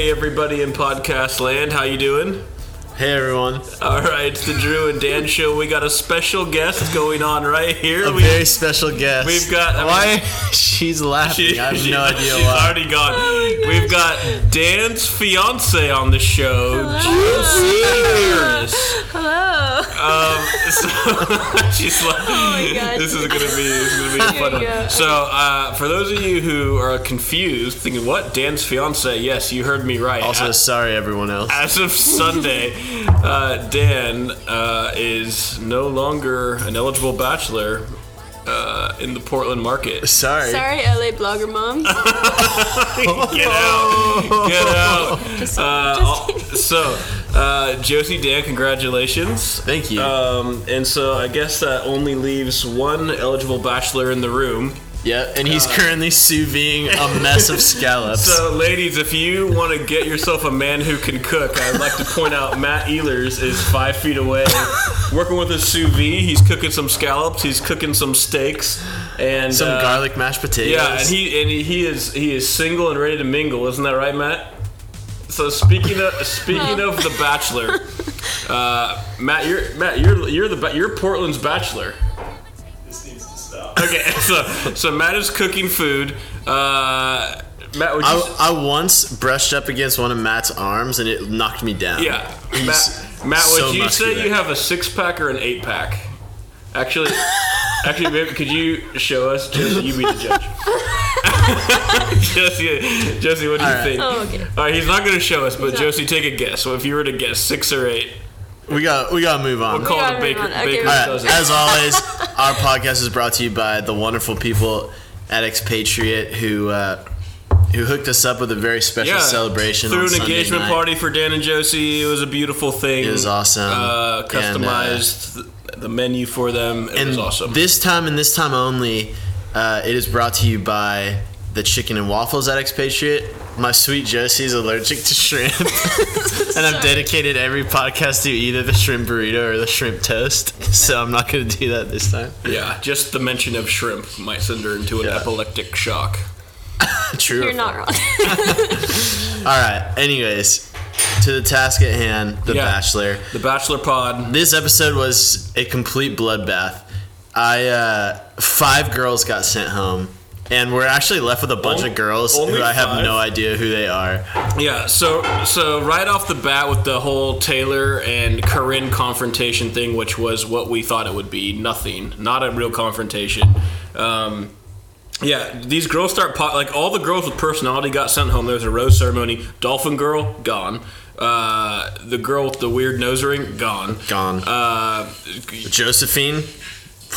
in podcast land. How you doing? Hey everyone! All right, it's the Drew and Dan show. We got a special guest going on right here. A We- very special guest. we've got- I why she's laughing. I have She- no idea She's why. already gone. We've got Dan's fiance on the show, Juicy Spears. Hello. Um, so she's like, gosh. this is gonna be this is gonna be a fun. Yeah, yeah. One. So uh, for those of you who are confused, thinking what Dan's fiance? Yes, you heard me right. Also, As, sorry everyone else. as of Sunday, uh, Dan uh, is no longer an eligible bachelor uh, in the Portland market. Sorry. Sorry, LA blogger mom. Get out! Get out! Just, Uh, just all- so, uh, Josie Dan, congratulations. Thank you. Um, and so I guess that only leaves one eligible bachelor in the room. yeah, and he's currently sous vide a mess of scallops. So, ladies, if you want to get yourself a man who can cook, I'd like to point out Matt Ehlers is five feet away, working with a sous vide. He's cooking some scallops. He's cooking some steaks and Some uh, garlic mashed potatoes. Yeah, and he and he is he is single and ready to mingle. Isn't that right, Matt? So speaking of speaking of the Bachelor, uh, Matt, you're Matt, you're you're the ba- you're Portland's Bachelor. This needs to stop. Okay, so so Matt is cooking food. Uh, Matt, would you? s- I, I once brushed up against one of Matt's arms and it knocked me down. yeah, He's Matt, Matt, would so you muscular. say you have a six pack or an eight pack? Actually, actually, maybe, could you show us? Jesse, you be the judge. Jesse, Jesse, what do you right. think? Oh, okay. All right, he's not going to show us, but not- Josie, take a guess. So if you were to guess six or eight, We got we gotta move on. we'll call it a gotta baker, move on. Okay, baker's we- All right, dozen. as always, our podcast is brought to you by the wonderful people at Expatriate who uh, who hooked us up with a very special celebration. through on an Sunday engagement night. party for Dan and Josie. It was a beautiful thing. It was awesome. Uh, And, customized th- the menu for them. It And was awesome. This time and this time only, uh, it is brought to you by the chicken and waffles at Expatriate. My sweet Josie's allergic to shrimp, and I've dedicated every podcast to either the shrimp burrito or the shrimp toast. So I'm not going to do that this time. yeah, just the mention of shrimp might send her into an Yeah. epileptic shock. True. you're or not wrong. All right. Anyways, to the task at hand, The Yeah. Bachelor. The Bachelor Pod. This episode was a complete bloodbath. I uh, five girls got sent home, and we're actually left with a bunch Only- of girls only who I have five? no idea who they are. Yeah, so so right off the bat with the whole Taylor and Corinne confrontation thing, which was what we thought it would be, nothing, not a real confrontation. Um, yeah, these girls start po- like all the girls with personality got sent home. There was a rose ceremony. Dolphin girl gone. Uh, the girl with the weird nose ring gone. Gone. Uh, Josephine.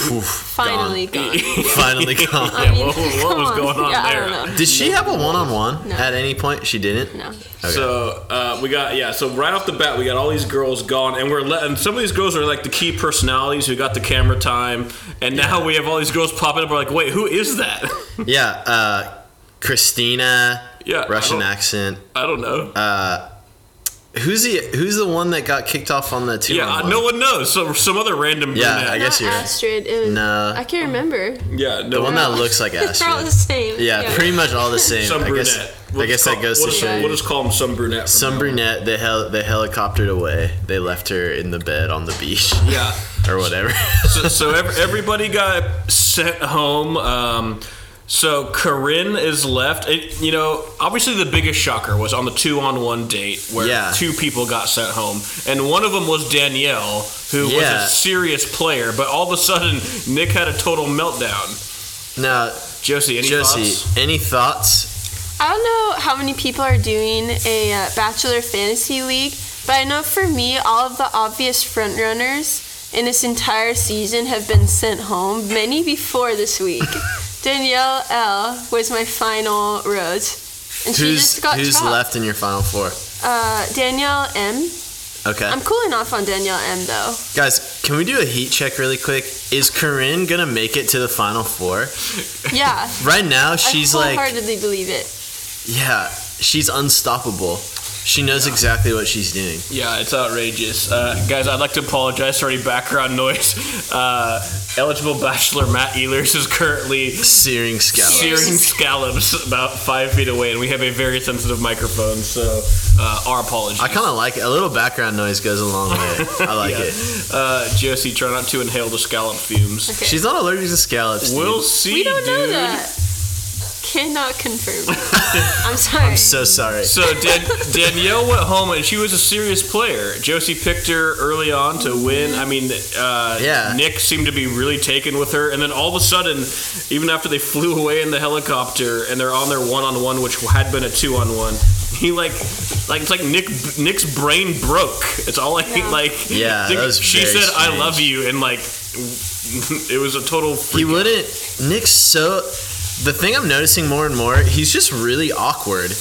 Oof, gone. Finally gone. Finally gone. yeah, what, what was come going on Yeah, I there? don't know. Did she have a one-on-one No. at any point? She didn't. No. So uh, we got yeah. So right off the bat, we got all these girls gone, and we're let, and some of these girls are like the key personalities who got the camera time, and now we have all these girls popping up. We're like, wait, who is that? Yeah. Uh, Christina. Yeah, I Russian don't- accent. Uh, I don't know. Who's the Who's the one that got kicked off on the two? yeah, uh, no one knows. So some other random Yeah, brunette. I guess- Not you're right. Astrid. It was, No. I can't remember. yeah, no The one one. that looks like They're all the Ashley. same. Yeah, pretty much all the same. Some I brunette. guess, We'll I guess just that call- goes to we'll just- show you. We'll just call them some brunette. from Some now on. brunette, they hel- they helicoptered away. They left her in the bed on the beach Yeah. or whatever. so, so ev- everybody got sent home. Um, so Corinne is left. It, you know, obviously the biggest shocker was on the two-on-one date where Yeah. two people got sent home, and one of them was Danielle, who was Yeah. a serious player. But all of a sudden, Nick had a total meltdown. now, Josie, any Josie, thoughts? any thoughts? I don't know how many people are doing a uh, Bachelor Fantasy League, but I know for me, all of the obvious frontrunners in this entire season have been sent home, many before this week. Danielle L was my final rose, and she Who's just got who's chopped. left in your final four? Uh, Danielle M. Okay, I'm cooling off on Danielle M though. guys, can we do a heat check really quick? Is Corinne gonna make it to the final four? Yeah, Right now, she's I like, wholeheartedly believe it. yeah, she's unstoppable. She knows exactly what she's doing. Yeah, it's outrageous. Uh, guys, I'd like to apologize for any background noise. Uh, eligible bachelor Matt Ehlers is currently Searing scallops. searing scallops about five feet away, and we have a very sensitive microphone, so uh, our apologies. I kind of like it. A little background noise goes a long way. I like Yeah. it. Uh, Josie, try not to inhale the scallop fumes. Okay. She's not allergic to scallops. dude. We'll see, we don't dude. know that. Cannot confirm. I'm sorry. So sorry. So Dan- Danielle went home, and she was a serious player. Josie picked her early on to win. I mean, uh, Yeah. Nick seemed to be really taken with her, and then all of a sudden, even after they flew away in the helicopter and they're on their one-on-one, which had been a two-on-one, he like, like it's like Nick Nick's brain broke. It's all like Yeah. like Yeah, that was she very said, "I strange. love you," and like it was a total. He Freak. wouldn't. Nick's so. The thing I'm noticing more and more, he's just really awkward.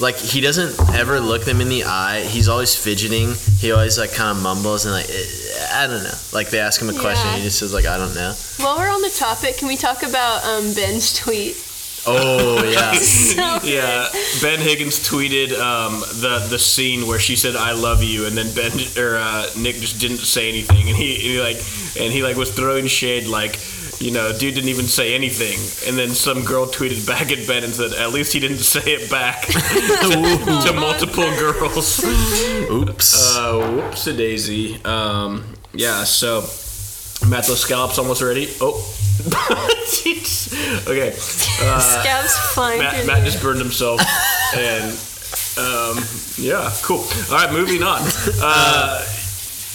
Like he doesn't ever look them in the eye. He's always fidgeting. He always like kind of mumbles and like eh, I don't know. Like they ask him a question, Yeah. he just says like I don't know. While we're on the topic, can we talk about um, Ben's tweet? Oh yeah. So Yeah, Ben Higgins tweeted um, the the scene where she said "I love you," and then Ben or uh, Nick just didn't say anything, and he, he like and he like was throwing shade like. You know, dude didn't even say anything, and then some girl tweeted back at Ben and said, "At least he didn't say it back to, to multiple girls." Oops. Uh, whoops a daisy. Um, yeah, so Matt, those scallops almost ready. Oh, Jeez. okay. Uh, scouts flying Matt, through Matt the- just burned himself, and um, yeah, cool. All right, moving on. Uh,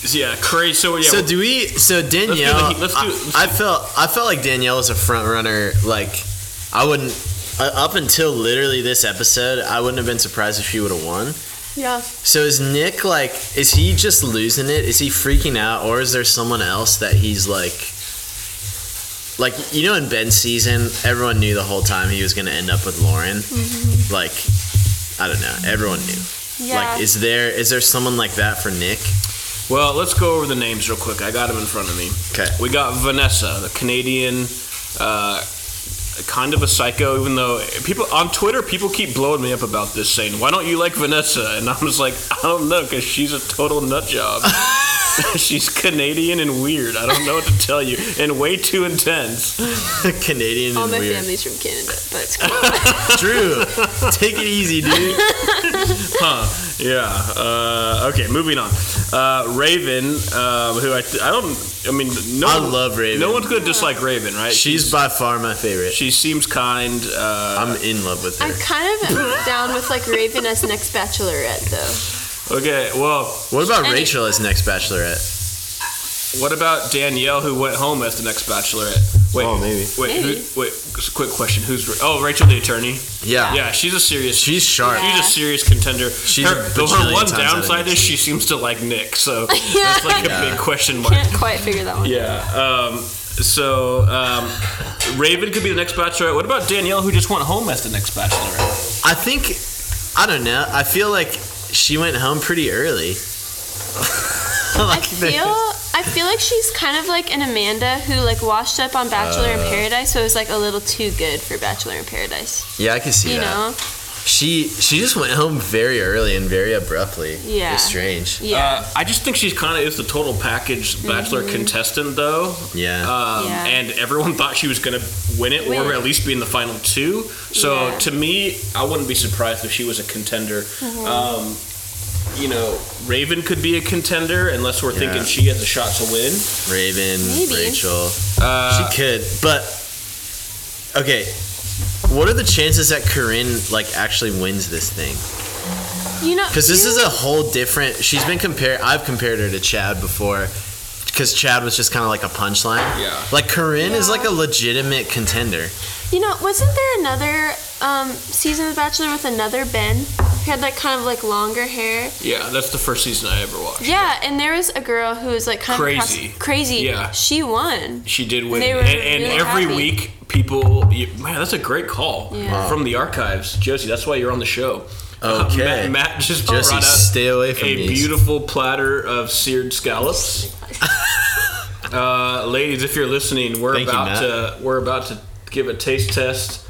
so yeah, crazy. So yeah, so do we? So Danielle, Heat. Let's do- let's I, I felt I felt like Danielle was a front runner. Like I wouldn't uh, up until literally this episode, I wouldn't have been surprised if she would have won. Yeah. So is Nick like? Is he just losing it? Is he freaking out, or is there someone else that he's like? Like you know, in Ben's season, everyone knew the whole time he was going to end up with Lauren. Like, I don't know. Everyone knew. Yeah. Like, is there is there someone like that for Nick? well, let's go over the names real quick. I got them in front of me. Okay. We got Vanessa, the Canadian, uh, kind of a psycho. Even though people on Twitter, people keep blowing me up about this, saying, "Why don't you like Vanessa?" And I'm just like, I don't know, because she's a total nut job. she's Canadian and weird. I don't know what to tell you, and way too intense. Canadian All and my weird. family's from Canada, but it's cool. Drew, take it easy, dude. Huh. Yeah. Uh, okay. Moving on. Uh, Raven, uh, who I, th- I don't. I mean, no. I one- love Raven. No one's gonna dislike Raven, right? She's by far my favorite. she seems kind. Uh, I'm in love with her. I'm kind of down with like Raven as next Bachelorette though. okay. Well, What about And- Rachel as next bachelorette? what about Danielle, who went home as the next Bachelorette? Wait. Oh, maybe. Wait. Who, Maybe. wait. just a Quick question. Who's? Ra- Oh, Rachel, the attorney. Yeah. Yeah. She's a serious. She's sharp. She's a serious contender. She's her, a though her bajillion one times out of downside is next she seems to like Nick, so that's like a big question mark. Can't quite figure that one. out. Yeah. Um, so um, Raven could be the next bachelorette. What about Danielle, who just went home as the next bachelorette? I think I don't know. I feel like she went home pretty early. I like the- feel I feel like she's kind of like an Amanda who like washed up on Bachelor Uh. in Paradise, so it was like a little too good for Bachelor in Paradise. yeah, I can see You that. know? She she just went home very early and very abruptly. Yeah. it's strange. Yeah. Mm-hmm. Uh, I just think she's kind of is the total package bachelor contestant, though. Yeah. Um, Yeah. And everyone thought she was going to win it or Win. at least be in the final two. So Yeah. to me, I wouldn't be surprised if she was a contender. Mm-hmm. Um, you know, Raven could be a contender unless we're thinking Yeah. she has a shot to win. Raven, Maybe. Rachel. Uh, she could, but okay. What are the chances that Corinne like actually wins this thing? Uh, you know Because this you- is a whole different. She's been compared. I've compared her to Chad before, because Chad was just kind of like a punchline. Yeah. Like Corinne is Yeah. like a legitimate contender. You know, wasn't there another um, season of The Bachelor with another Ben who had like kind of like longer hair? yeah, that's the first season I ever watched. Yeah, and there was a girl who was like kind Crazy. of cross- crazy. Yeah. she won. She did win, They were and, and really every happy. week people. You, man, that's a great call Yeah. Wow. from the archives, Josie. That's why you're on the show. Uh, Okay. Matt, Matt just Josie, brought out stay away from a these. beautiful platter of seared scallops. uh, ladies, if you're listening, we're Thank you, about Matt. to we're about to give a taste test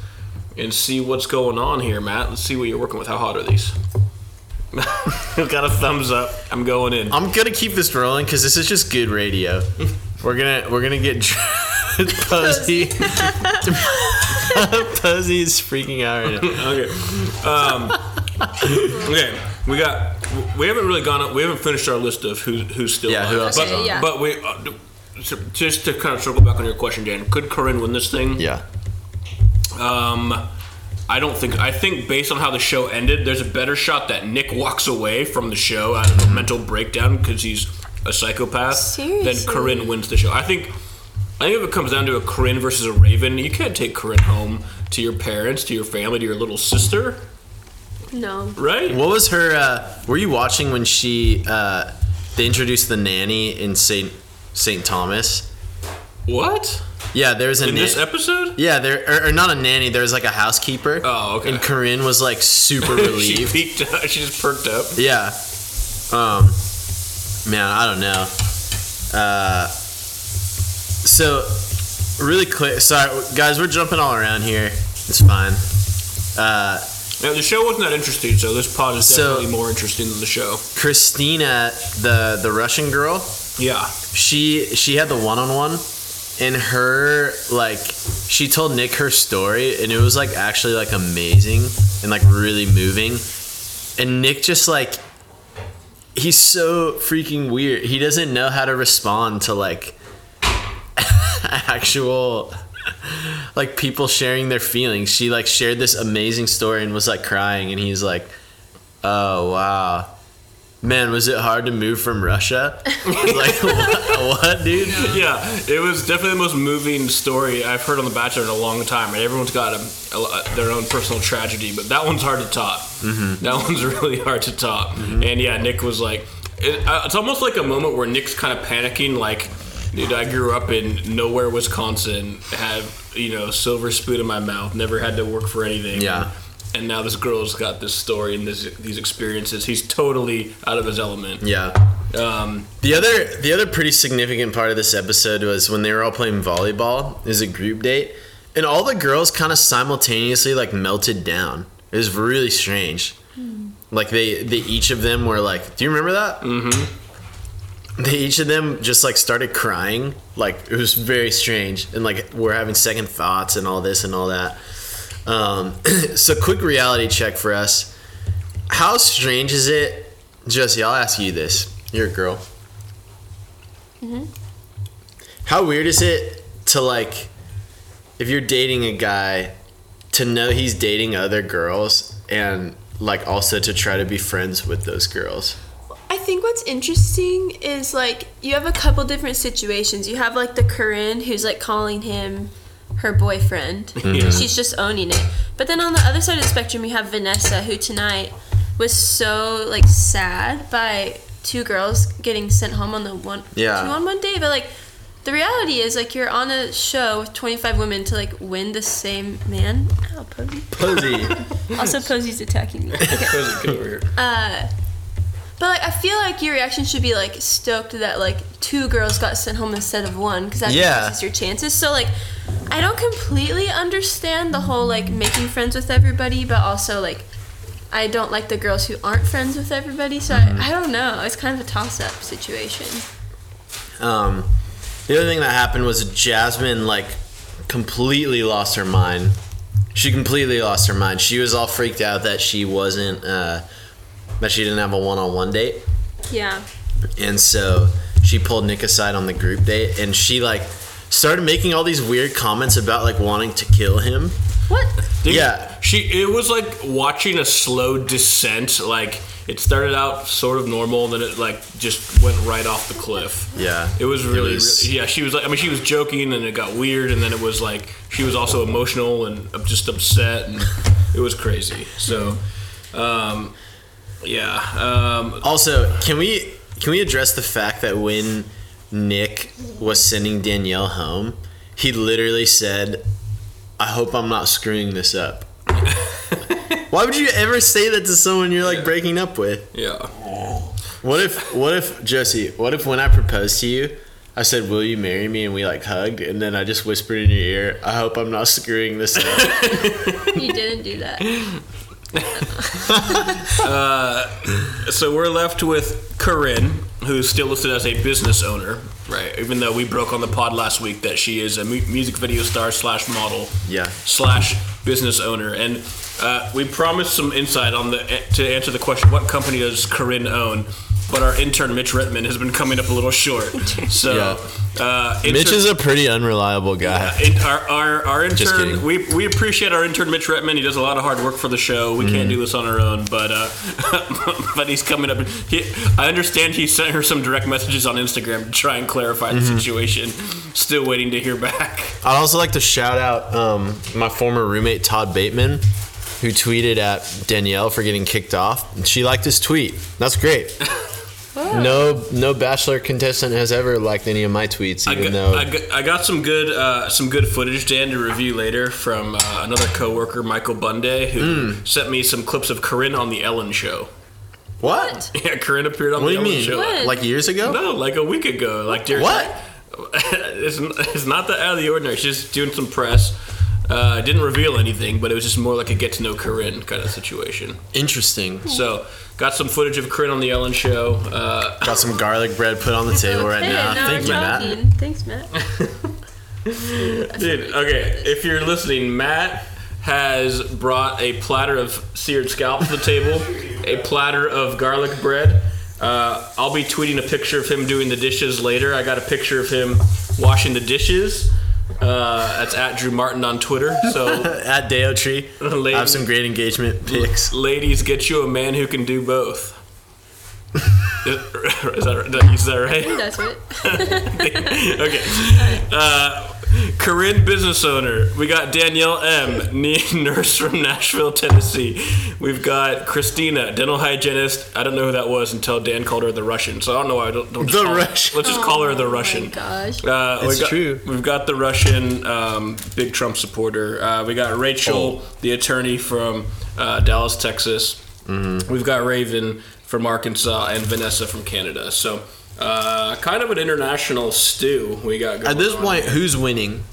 and see what's going on here, Matt. Let's see what you're working with. How hot are these? Got a thumbs up. I'm going in. I'm gonna keep this rolling because this is just good radio. We're gonna we're gonna get dr- Posey. Posey is freaking out right now. Okay. Um, okay. We got. We haven't really gone. up- We haven't finished our list of who who's still. Yeah, who alive. else But, is Okay, yeah. but we. Uh, d- so just to kind of circle back on your question, Dan. Could Corinne win this thing? Yeah, Um, I don't think. I think based on how the show ended, there's a better shot that Nick walks away from the show out of a mental breakdown because he's a psychopath. Seriously? Then Corinne wins the show. I think. I think if it comes down to a Corinne versus a Raven, you can't take Corinne home to your parents, to your family, to your little sister, No. right? What was her? Uh, were you watching when she uh, they introduced the nanny in Saint Saint Thomas? What? Yeah, there's a In nanny. this episode? yeah, there or, or not a nanny. There was like a housekeeper. Oh, okay. And Corinne was like super she relieved. peeked. Up, she just perked up. yeah. Um. Man, I don't know. Uh. So, really quick. Sorry, guys. We're jumping all around here. It's fine. Uh. Now the show wasn't that interesting, so this pod is So- definitely more interesting than the show. Christina, the the Russian girl. Yeah. she she had the one on one and her like she told Nick her story and it was like actually like amazing and like really moving and Nick just like he's so freaking weird he doesn't know how to respond to like actual like people sharing their feelings she like shared this amazing story and was like crying and he's like oh wow man was it hard to move from russia like what, what dude Yeah, it was definitely the most moving story I've heard on The Bachelor in a long time. And everyone's got a, a- their own personal tragedy, but that one's hard to top. Mm-hmm. That one's really hard to top. And yeah, Nick was like, it, uh, it's almost like a moment where Nick's kind of panicking, like, dude, I grew up in nowhere, Wisconsin, had you know silver spoon in my mouth, never had to work for anything. Yeah. And now this girl's got this story and this, these experiences. He's totally out of his element. yeah Um, the other the other pretty significant part of this episode was when they were all playing volleyball is a group date and all the girls kind of simultaneously like melted down it was really strange like they they each of them were like do you remember that mm-hmm they each of them just like started crying like it was very strange and like we're having second thoughts and all this and all that um, so quick reality check for us How strange is it, Jesse? I'll ask you this. You're a girl. How weird is it to like, if you're dating a guy, to know he's dating other girls and like also to try to be friends with those girls? I think what's interesting is like you have a couple different situations. You have like the Corinne who's like calling him her boyfriend. Yeah. She's just owning it. But then on the other side of the spectrum, you have Vanessa who tonight was so like sad by two girls getting sent home on the one Yeah. two on one day. But like the reality is like you're on a show with 25 women to like win the same man. Ow, Posey. Posey. Also, Posey's attacking me. Okay. Get over here. Uh, but like, I feel like your reaction should be like stoked that like two girls got sent home instead of one because that Yeah. increases your chances. So like, I don't completely understand the whole like making friends with everybody, but also like, I don't like the girls who aren't friends with everybody. So Mm-hmm. I, I don't know. It's kind of a toss-up situation. Um, the other thing that happened was Jasmine like completely lost her mind. She completely lost her mind. She was all freaked out that she wasn't uh, that she didn't have a one-on-one date, Yeah. and so she pulled Nick aside on the group date, and she like started making all these weird comments about like wanting to kill him. What? Dude, Yeah. She it was like watching a slow descent. Like it started out sort of normal, then it like just went right off the cliff. Yeah, It was really, was- really yeah, she was like I mean she was joking and it got weird and then it was like she was also emotional and just upset and it was crazy. So um yeah, um Also, can we can we address the fact that when Nick was sending Danielle home, he literally said, "I hope I'm not screwing this up." Why would you ever say that to someone you're like breaking up with? yeah. What if what if Jesse, what if when I proposed to you, I said, "Will you marry me?" and we like hugged and then I just whispered in your ear, "I hope I'm not screwing this up." You didn't do that. So we're left with Corinne, who's still listed as a business owner, right? Even though we broke on the pod last week that she is a mu- music video star slash model Yeah. slash business owner, and uh, we promised some insight on the eh, to answer the question: What company does Corinne own? But our intern Mitch Redman has been coming up a little short. So, uh, Mitch intern- is a pretty unreliable guy. and Uh, our, our, our intern, kidding. we, we appreciate our intern Mitch Redman. He does a lot of hard work for the show. We Mm-hmm. can't do this on our own, but uh, but he's coming up. He, I understand he sent her some direct messages on Instagram to try and clarify the Mm-hmm. situation. Still waiting to hear back. I'd also like to shout out um, my former roommate Todd Bateman, who tweeted at Danielle for getting kicked off. She liked his tweet. That's great. No, no bachelor contestant has ever liked any of my tweets, I even got, though I got, I got some good uh, some good footage, Dan, to review later from uh, another coworker, Michael Bunday, who Mm. sent me some clips of Corinne on the Ellen Show. what? Yeah, Corinne appeared on What do the you Ellen mean? Show. What? Like years ago? No, like a week ago. Like during What? it's, it's not that out of the ordinary. She's just doing some press. Uh, didn't reveal anything, but it was just more like a get to know Corinne kind of situation. Interesting. So got some footage of Corinne on the Ellen Show. Uh, Got some garlic bread put on the table right now. Thank you, Matt. Thanks, Matt. dude, okay, if you're listening, Matt has brought a platter of seared scallops to the table, a platter of garlic bread. Uh, I'll be tweeting a picture of him doing the dishes later. I got a picture of him washing the dishes. Uh, that's at Drew Martin on Twitter. So At Deo Tree, I have some great engagement pics. Ladies, get you a man who can do both. is, that, did I use that right? That's it. Okay. Uh, Corinne, business owner. We got Danielle M, knee nurse from Nashville, Tennessee. We've got Christina, dental hygienist. I don't know who that was until Dan called her the Russian, so I don't know why. I Don't, don't just The call her- Russian. Let's just call her the Russian. Oh my gosh. Uh, we It's got, true. We've got the Russian um, big Trump supporter. Uh, we got Oh. Rachel, the attorney from uh, Dallas, Texas. Mm-hmm. We've got Raven from Arkansas and Vanessa from Canada. So, uh, kind of an international stew we got going. At this on. point, who's winning?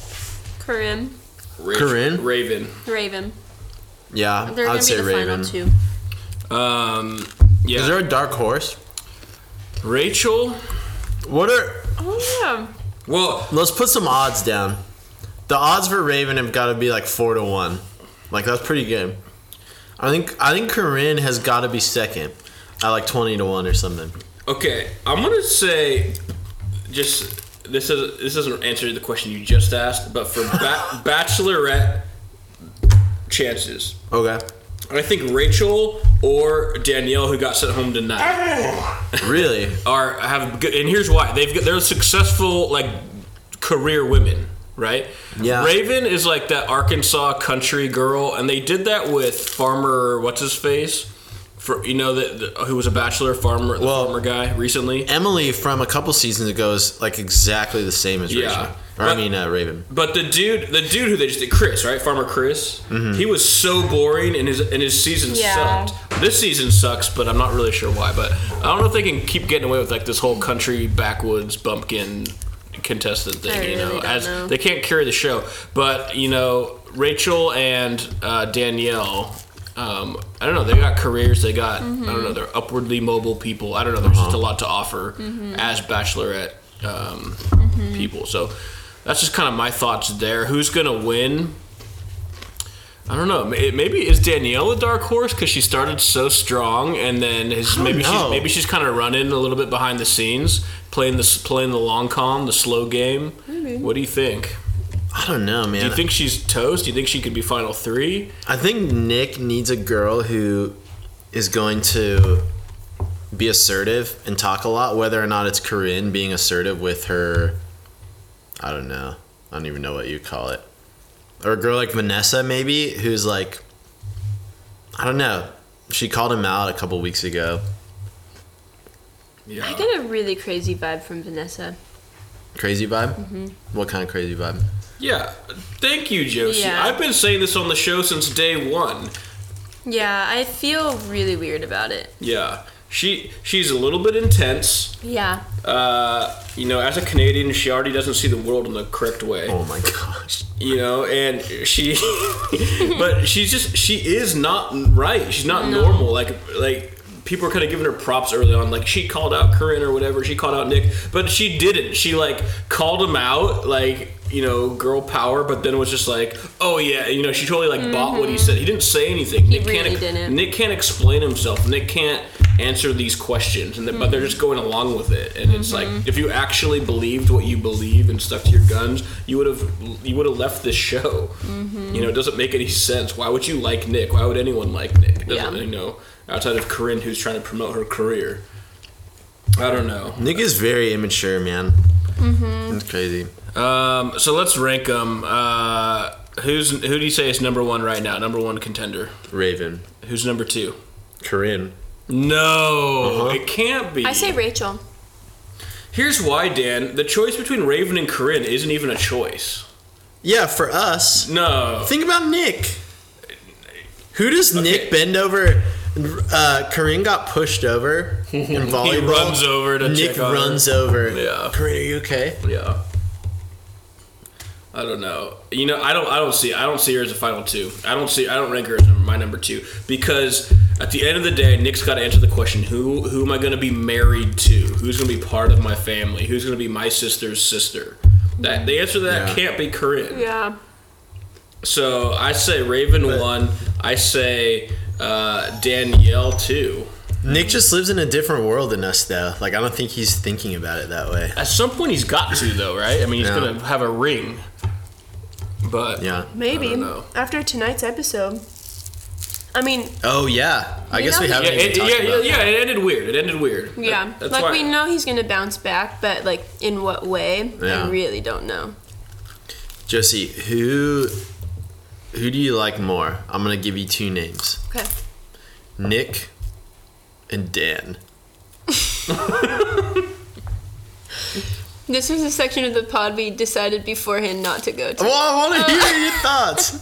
Corinne, Rach- Corinne? Raven. Raven. Yeah, I They're gonna would be say the Raven. final Is two. Um, yeah, there a dark horse? Rachel. What are Oh Well, Let's put some odds down. The odds for Raven have got to be like four to one. Like that's pretty good. I think I think Corinne has got to be second at like twenty to one or something. Okay, I'm gonna say, just this is this doesn't answer the question you just asked, but for ba- bachelorette chances, Okay. I think Rachel or Danielle, who got sent home tonight, Really? are have good. And here's why they've got- they're successful like career women, right? Yeah. Raven is like that Arkansas country girl, and they did that with farmer what's his face. For, you know that the- who was a bachelor farmer, the Well- farmer guy recently. Emily from a couple seasons ago is like exactly the same as Yeah. Rachel. Or I But- mean uh, Raven. But the dude, the dude who they just did, Chris, right? Farmer Chris. He was so boring, and his and his season Yeah. sucked. This season sucks, but I'm not really sure why. But I don't know if they can keep getting away with like this whole country backwoods bumpkin contestant thing. I you really know, don't as know. they can't carry the show. But you know, Rachel and uh, Danielle. Um, I don't know. They got careers. They got Mm-hmm. I don't know. They're upwardly mobile people. I don't know. There's just a lot to offer Mm-hmm. as bachelorette um, people. So that's just kind of my thoughts there. Who's gonna win? I don't know. May- Maybe is Danielle a dark horse because she started so strong, and then is, maybe know. she's maybe she's kind of running a little bit behind the scenes, playing the s- playing the long con, the slow game. What do you think? I don't know, man. Do you think she's toast? Do you think she could be final three? I think Nick needs a girl who is going to be assertive and talk a lot, whether or not it's Corinne being assertive with her. I don't know. I don't even know what you call it. Or a girl like Vanessa, maybe, who's like, I don't know. She called him out a couple weeks ago. Yeah. I get a really crazy vibe from Vanessa. Crazy vibe? Mm-hmm. What kind of crazy vibe? Yeah. Thank you, Josie. Yeah. I've been saying this on the show since day one. Yeah, I feel really weird about it. Yeah. she she's a little bit intense. Yeah. Uh, you know, as a Canadian, she already doesn't see the world in the correct way. Oh my gosh. You know, and she, but she's just she is not right. She's not normal. Like like people are kind of giving her props early on. Like she called out Corinne or whatever. She called out Nick, but she didn't. She like called him out. Like you know, girl power. But then was just like, oh yeah, you know, she totally like bought what he said. He didn't say anything. Nick Mm-hmm. really can't, didn't. Nick can't explain himself. Nick can't answer these questions, and then but they're just Mm-hmm. going along with it. And it's like if you actually believed what you believe and stuck to your guns, you would have you would have left this show. Mm-hmm. You know, it doesn't make any sense. Why would you like Nick? Why would anyone like Nick? It doesn't, Yeah. You know, outside of Corinne, who's trying to promote her career. I don't know. Nick is very immature, man. Mm-hmm. It's crazy. Um, so let's rank them. Uh, who's who do you say is number one right now? Number one contender. Raven. Who's number two? Corinne. No, Uh-huh. it can't be. I say Rachel. Here's why, Dan. The choice between Raven and Corinne isn't even a choice. Yeah, for us. No. Think about Nick. Who does Nick bend over? Uh, Corinne got pushed over in volleyball. He runs over to Nick check on her. runs over. Yeah. Corinne, are you okay? Yeah. I don't know. You know, I don't. I don't see. I don't see her as a final two. I don't see. I don't rank her as my number two because at the end of the day, Nick's got to answer the question: Who who am I going to be married to? Who's going to be part of my family? Who's going to be my sister's sister? That the answer to that Yeah. can't be Corinne. Yeah. So I say Raven one. I say uh, Danielle two. Nick just lives in a different world than us, though. Like, I don't think he's thinking about it that way. At some point, he's got to though, right? I mean, he's Yeah. gonna have a ring. But Yeah. I Maybe don't know. after tonight's episode. I mean, Oh yeah. I You guess know we he- yeah, haven't even it, yeah, talked yeah, about. yeah, It ended weird. It ended weird. That- yeah. that's like why- we know he's gonna bounce back, but like in what way? Yeah. I really don't know. Josie, who who do you like more? I'm gonna give you two names. Okay. Nick and Dan. This was a section of the pod we decided beforehand not to go to. Well, I wanna hear your thoughts.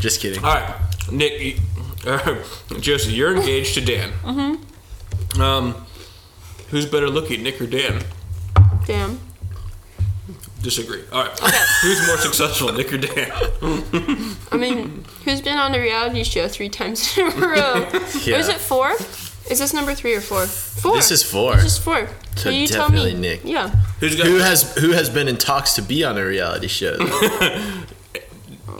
Just kidding. All right, Nick, you, Josie, you're engaged to Dan. Mm-hmm. Um, who's better looking, Nick or Dan? Damn. Disagree. All right, who's more successful, Nick or Dan? I mean, who's been on a reality show three times in a row? Or is Yeah. it four? Is this number three or four? Four. This is four. This is four. So you definitely tell me. Nick. Yeah. Who's got Who has who has been in talks to be on a reality show,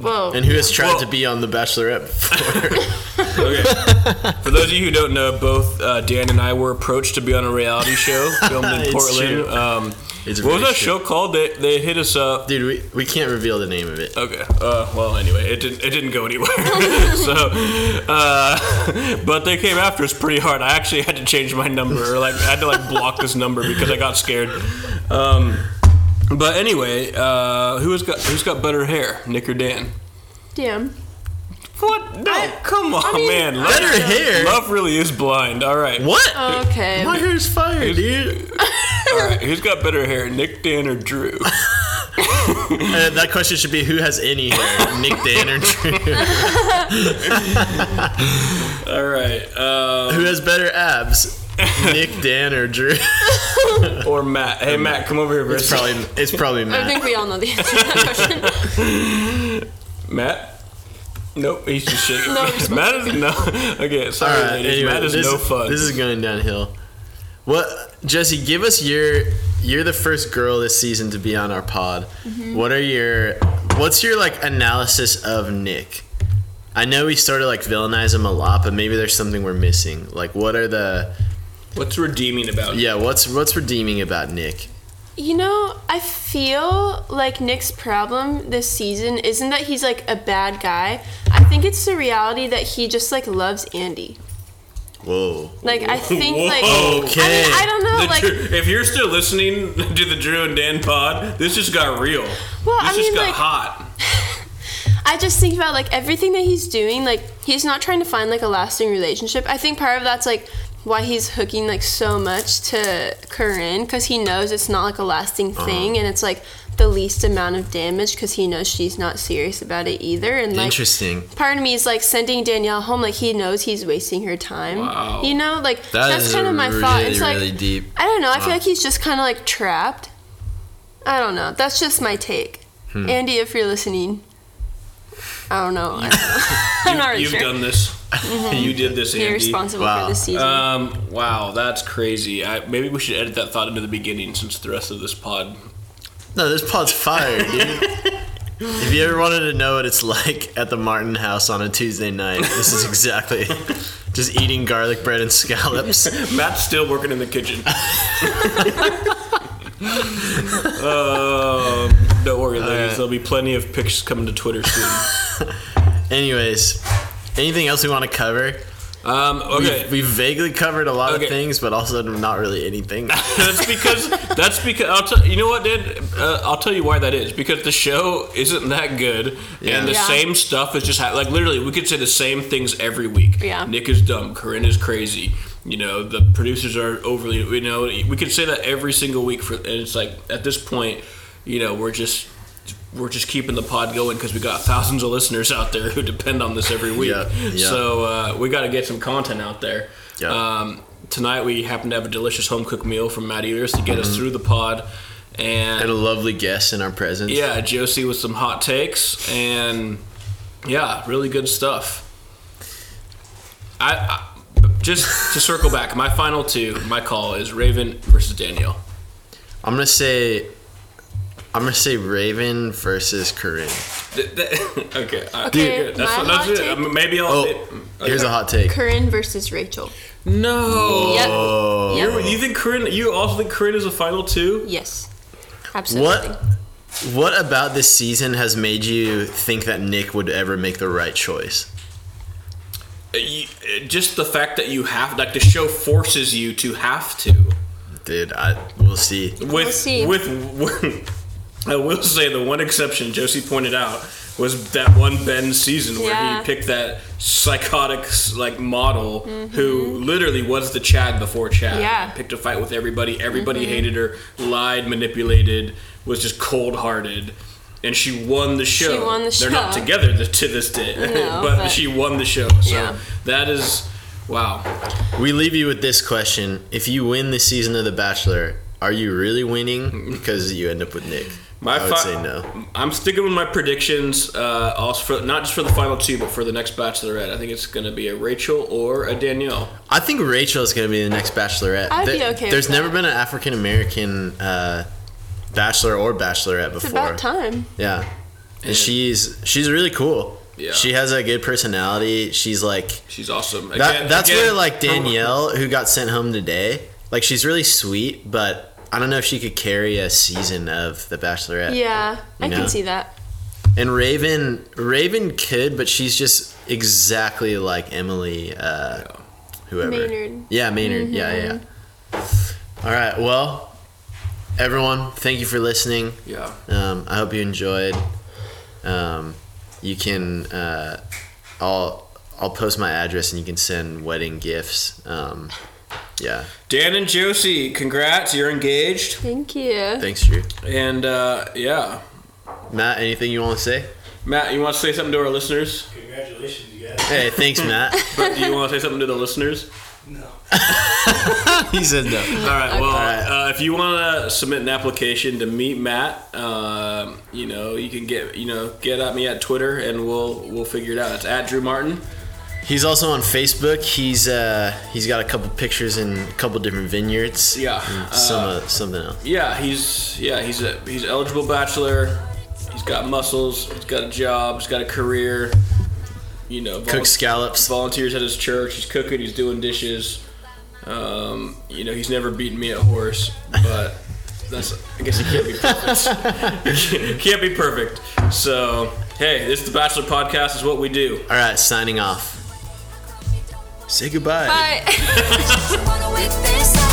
Well, and who has tried Well- to be on The Bachelorette before? Okay. For those of you who don't know, both uh, Dan and I were approached to be on a reality show filmed in It's Portland. true. Um, It's what was very that show called? They, they hit us up. Dude, we, we can't reveal the name of it. Okay. Uh, well, anyway, it didn't it didn't go anywhere. so, uh, but they came after us pretty hard. I actually had to change my number. Or like, I had to like block this number because I got scared. Um, but anyway, uh, who's got who's got better hair, Nick or Dan? damn. What? No, come on, mean, man. Love, Better hair. love really is blind. All right. What? Okay. My hair's fire, dude. All right, who's got better hair, Nick, Dan, or Drew? Uh, that question should be who has any hair, Nick, Dan, or Drew? All right, uh, Who has better abs, Nick, Dan, or Drew? or Matt. Hey, Matt, come over here. for a It's sec. probably it's probably I Matt. think we all know the answer to that question. Matt. Nope, he's just shaking. No, he's Matt is no. Okay, All sorry, right. ladies. Anyway, Matt is this, no fun. This is going downhill. What Jesse? Give us your. You're the first girl this season to be on our pod. Mm-hmm. What are your? What's your like analysis of Nick? I know we sort of like villainize him a lot, but maybe there's something we're missing. Like, what are the? What's redeeming about? Yeah, what's what's redeeming about Nick? You know, I feel like Nick's problem this season isn't that he's like a bad guy. I think it's the reality that he just like loves Andy. Whoa. Like I think like Okay. I, mean, I don't know The like Drew, if you're still listening to the Drew and Dan pod, this just got real. well This I just mean got like hot. I just think about like everything that he's doing. Like he's not trying to find like a lasting relationship. I think part of that's like why he's hooking like so much to Corinne because he knows it's not like a lasting Uh-huh. thing and it's like the least amount of damage because he knows she's not serious about it either and like Interesting. part of me is like sending Danielle home like he knows he's wasting her time Wow. you know like that's is kind of my really, thought it's like really deep. I don't know I feel Wow. like he's just kind of like trapped I don't know that's just my take Andy if you're listening I don't know I don't know. Mm-hmm. I'm not really You've sure done this. You did this, you're Andy. responsible Wow. for this season Um, wow, that's crazy. I, maybe we should edit that thought into the beginning since the rest of this pod. No, this pod's fire, dude. if you ever wanted to know what it's like at the Martin house on a Tuesday night, this is exactly just eating garlic bread and scallops. Matt's still working in the kitchen. Um don't worry, ladies. There'll be plenty of pictures coming to Twitter soon. Anyways, anything else we want to cover? Um, okay. We vaguely covered a lot Okay. of things, but also not really anything. that's because that's because I'll tell you know what, dude. Uh, I'll tell you why that is because the show isn't that good, and the Yeah. same stuff is just ha- like literally we could say the same things every week. Yeah. Nick is dumb. Corinne is crazy. You know the producers are overly. You know we could say that every single week for, and it's like at this point, you know we're just. We're just keeping the pod going because we got thousands of listeners out there who depend on this every week. Yeah, yeah. So uh, we got to get some content out there. Yeah. Um, tonight we happen to have a delicious home cooked meal from Matt Eaters to get us through the pod, Mm-hmm. and And a lovely guest in our presence. yeah, Josie with some hot takes and yeah, really good stuff. I, I just to circle back, my final two, my call is Raven versus Danielle. I'm gonna say, I'm gonna say Raven versus Corinne. Th- th- okay, I- Okay, good. that's, my that's hot it. take- Um, Maybe I'll. Oh, okay. here's a hot take. Corinne versus Rachel no. Yep. Oh, Yep. You think Corinne? You also think Corinne is a final two? Yes. Absolutely. What? What about this season has made you think that Nick would ever make the right choice? Uh, you, just the fact that you have like the show forces you to have to Dude, I we'll see. with We'll see. with I will say the one exception Josie pointed out was that one Ben season where Yeah. he picked that psychotic like model who literally was the Chad before Chad. Mm-hmm. Yeah. Mm-hmm. Picked a fight with everybody. Everybody hated her. Lied, manipulated, was just cold hearted. And she won the show. won the They're not show. together th- to this day, No, but, but- she won the show. So Yeah. that is, wow. We leave you with this question: If you win this season of The Bachelor, are you really winning? Because you end up with Nick. My I would fi- say no. I'm sticking with my predictions, uh, also for, not just for the final two, but for the next Bachelorette. I think it's going to be a Rachel or a Danielle. I think Rachel is going to be the next Bachelorette. I'd be There- okay with There's that. never been an African American uh, Bachelor or Bachelorette before. It's about time. Yeah, and she's she's really cool. Yeah. She has a good personality. She's like She's awesome. That, Again- that's again, where like her- Danielle, who got sent home today, like she's really sweet, but I don't know if she could carry a season of The Bachelorette. Yeah, I Yeah. can see that. And Raven, Raven could, but she's just exactly like Emily, uh, whoever. Maynard. Mm-hmm. Yeah, Maynard. Yeah, yeah, yeah. All right. Well, everyone, thank you for listening. Yeah. Um, I hope you enjoyed. Um, you can, uh, I'll, I'll post my address and you can send wedding gifts. Um, yeah. Dan and Josie, congrats. You're engaged. Thank you. Thanks, Drew. And uh, yeah. Matt, anything you want to say? Matt, you want to say something to our listeners? Congratulations, you guys. Hey, thanks, Matt. But do you want to say something to the listeners? No. he said no. All right. Well, Okay. Uh, if you want to submit an application to meet Matt, um, you know you can get you know get at me at Twitter and we'll we'll figure it out. It's at Drew Martin. He's also on Facebook. He's uh, he's got a couple pictures in a couple different vineyards. Yeah, And uh, some uh, something else. Yeah, he's yeah he's a he's eligible bachelor. He's got muscles. He's got a job. He's got a career. You know, vol- Cook scallops. volunteers at his church. He's cooking. He's doing dishes. Um, you know, he's never beaten me at horse, but that's I guess he can't be perfect. can't be perfect. So hey, this is the Bachelor podcast. Is what we do. All right, signing off. Say goodbye. Bye. wanna whip this up.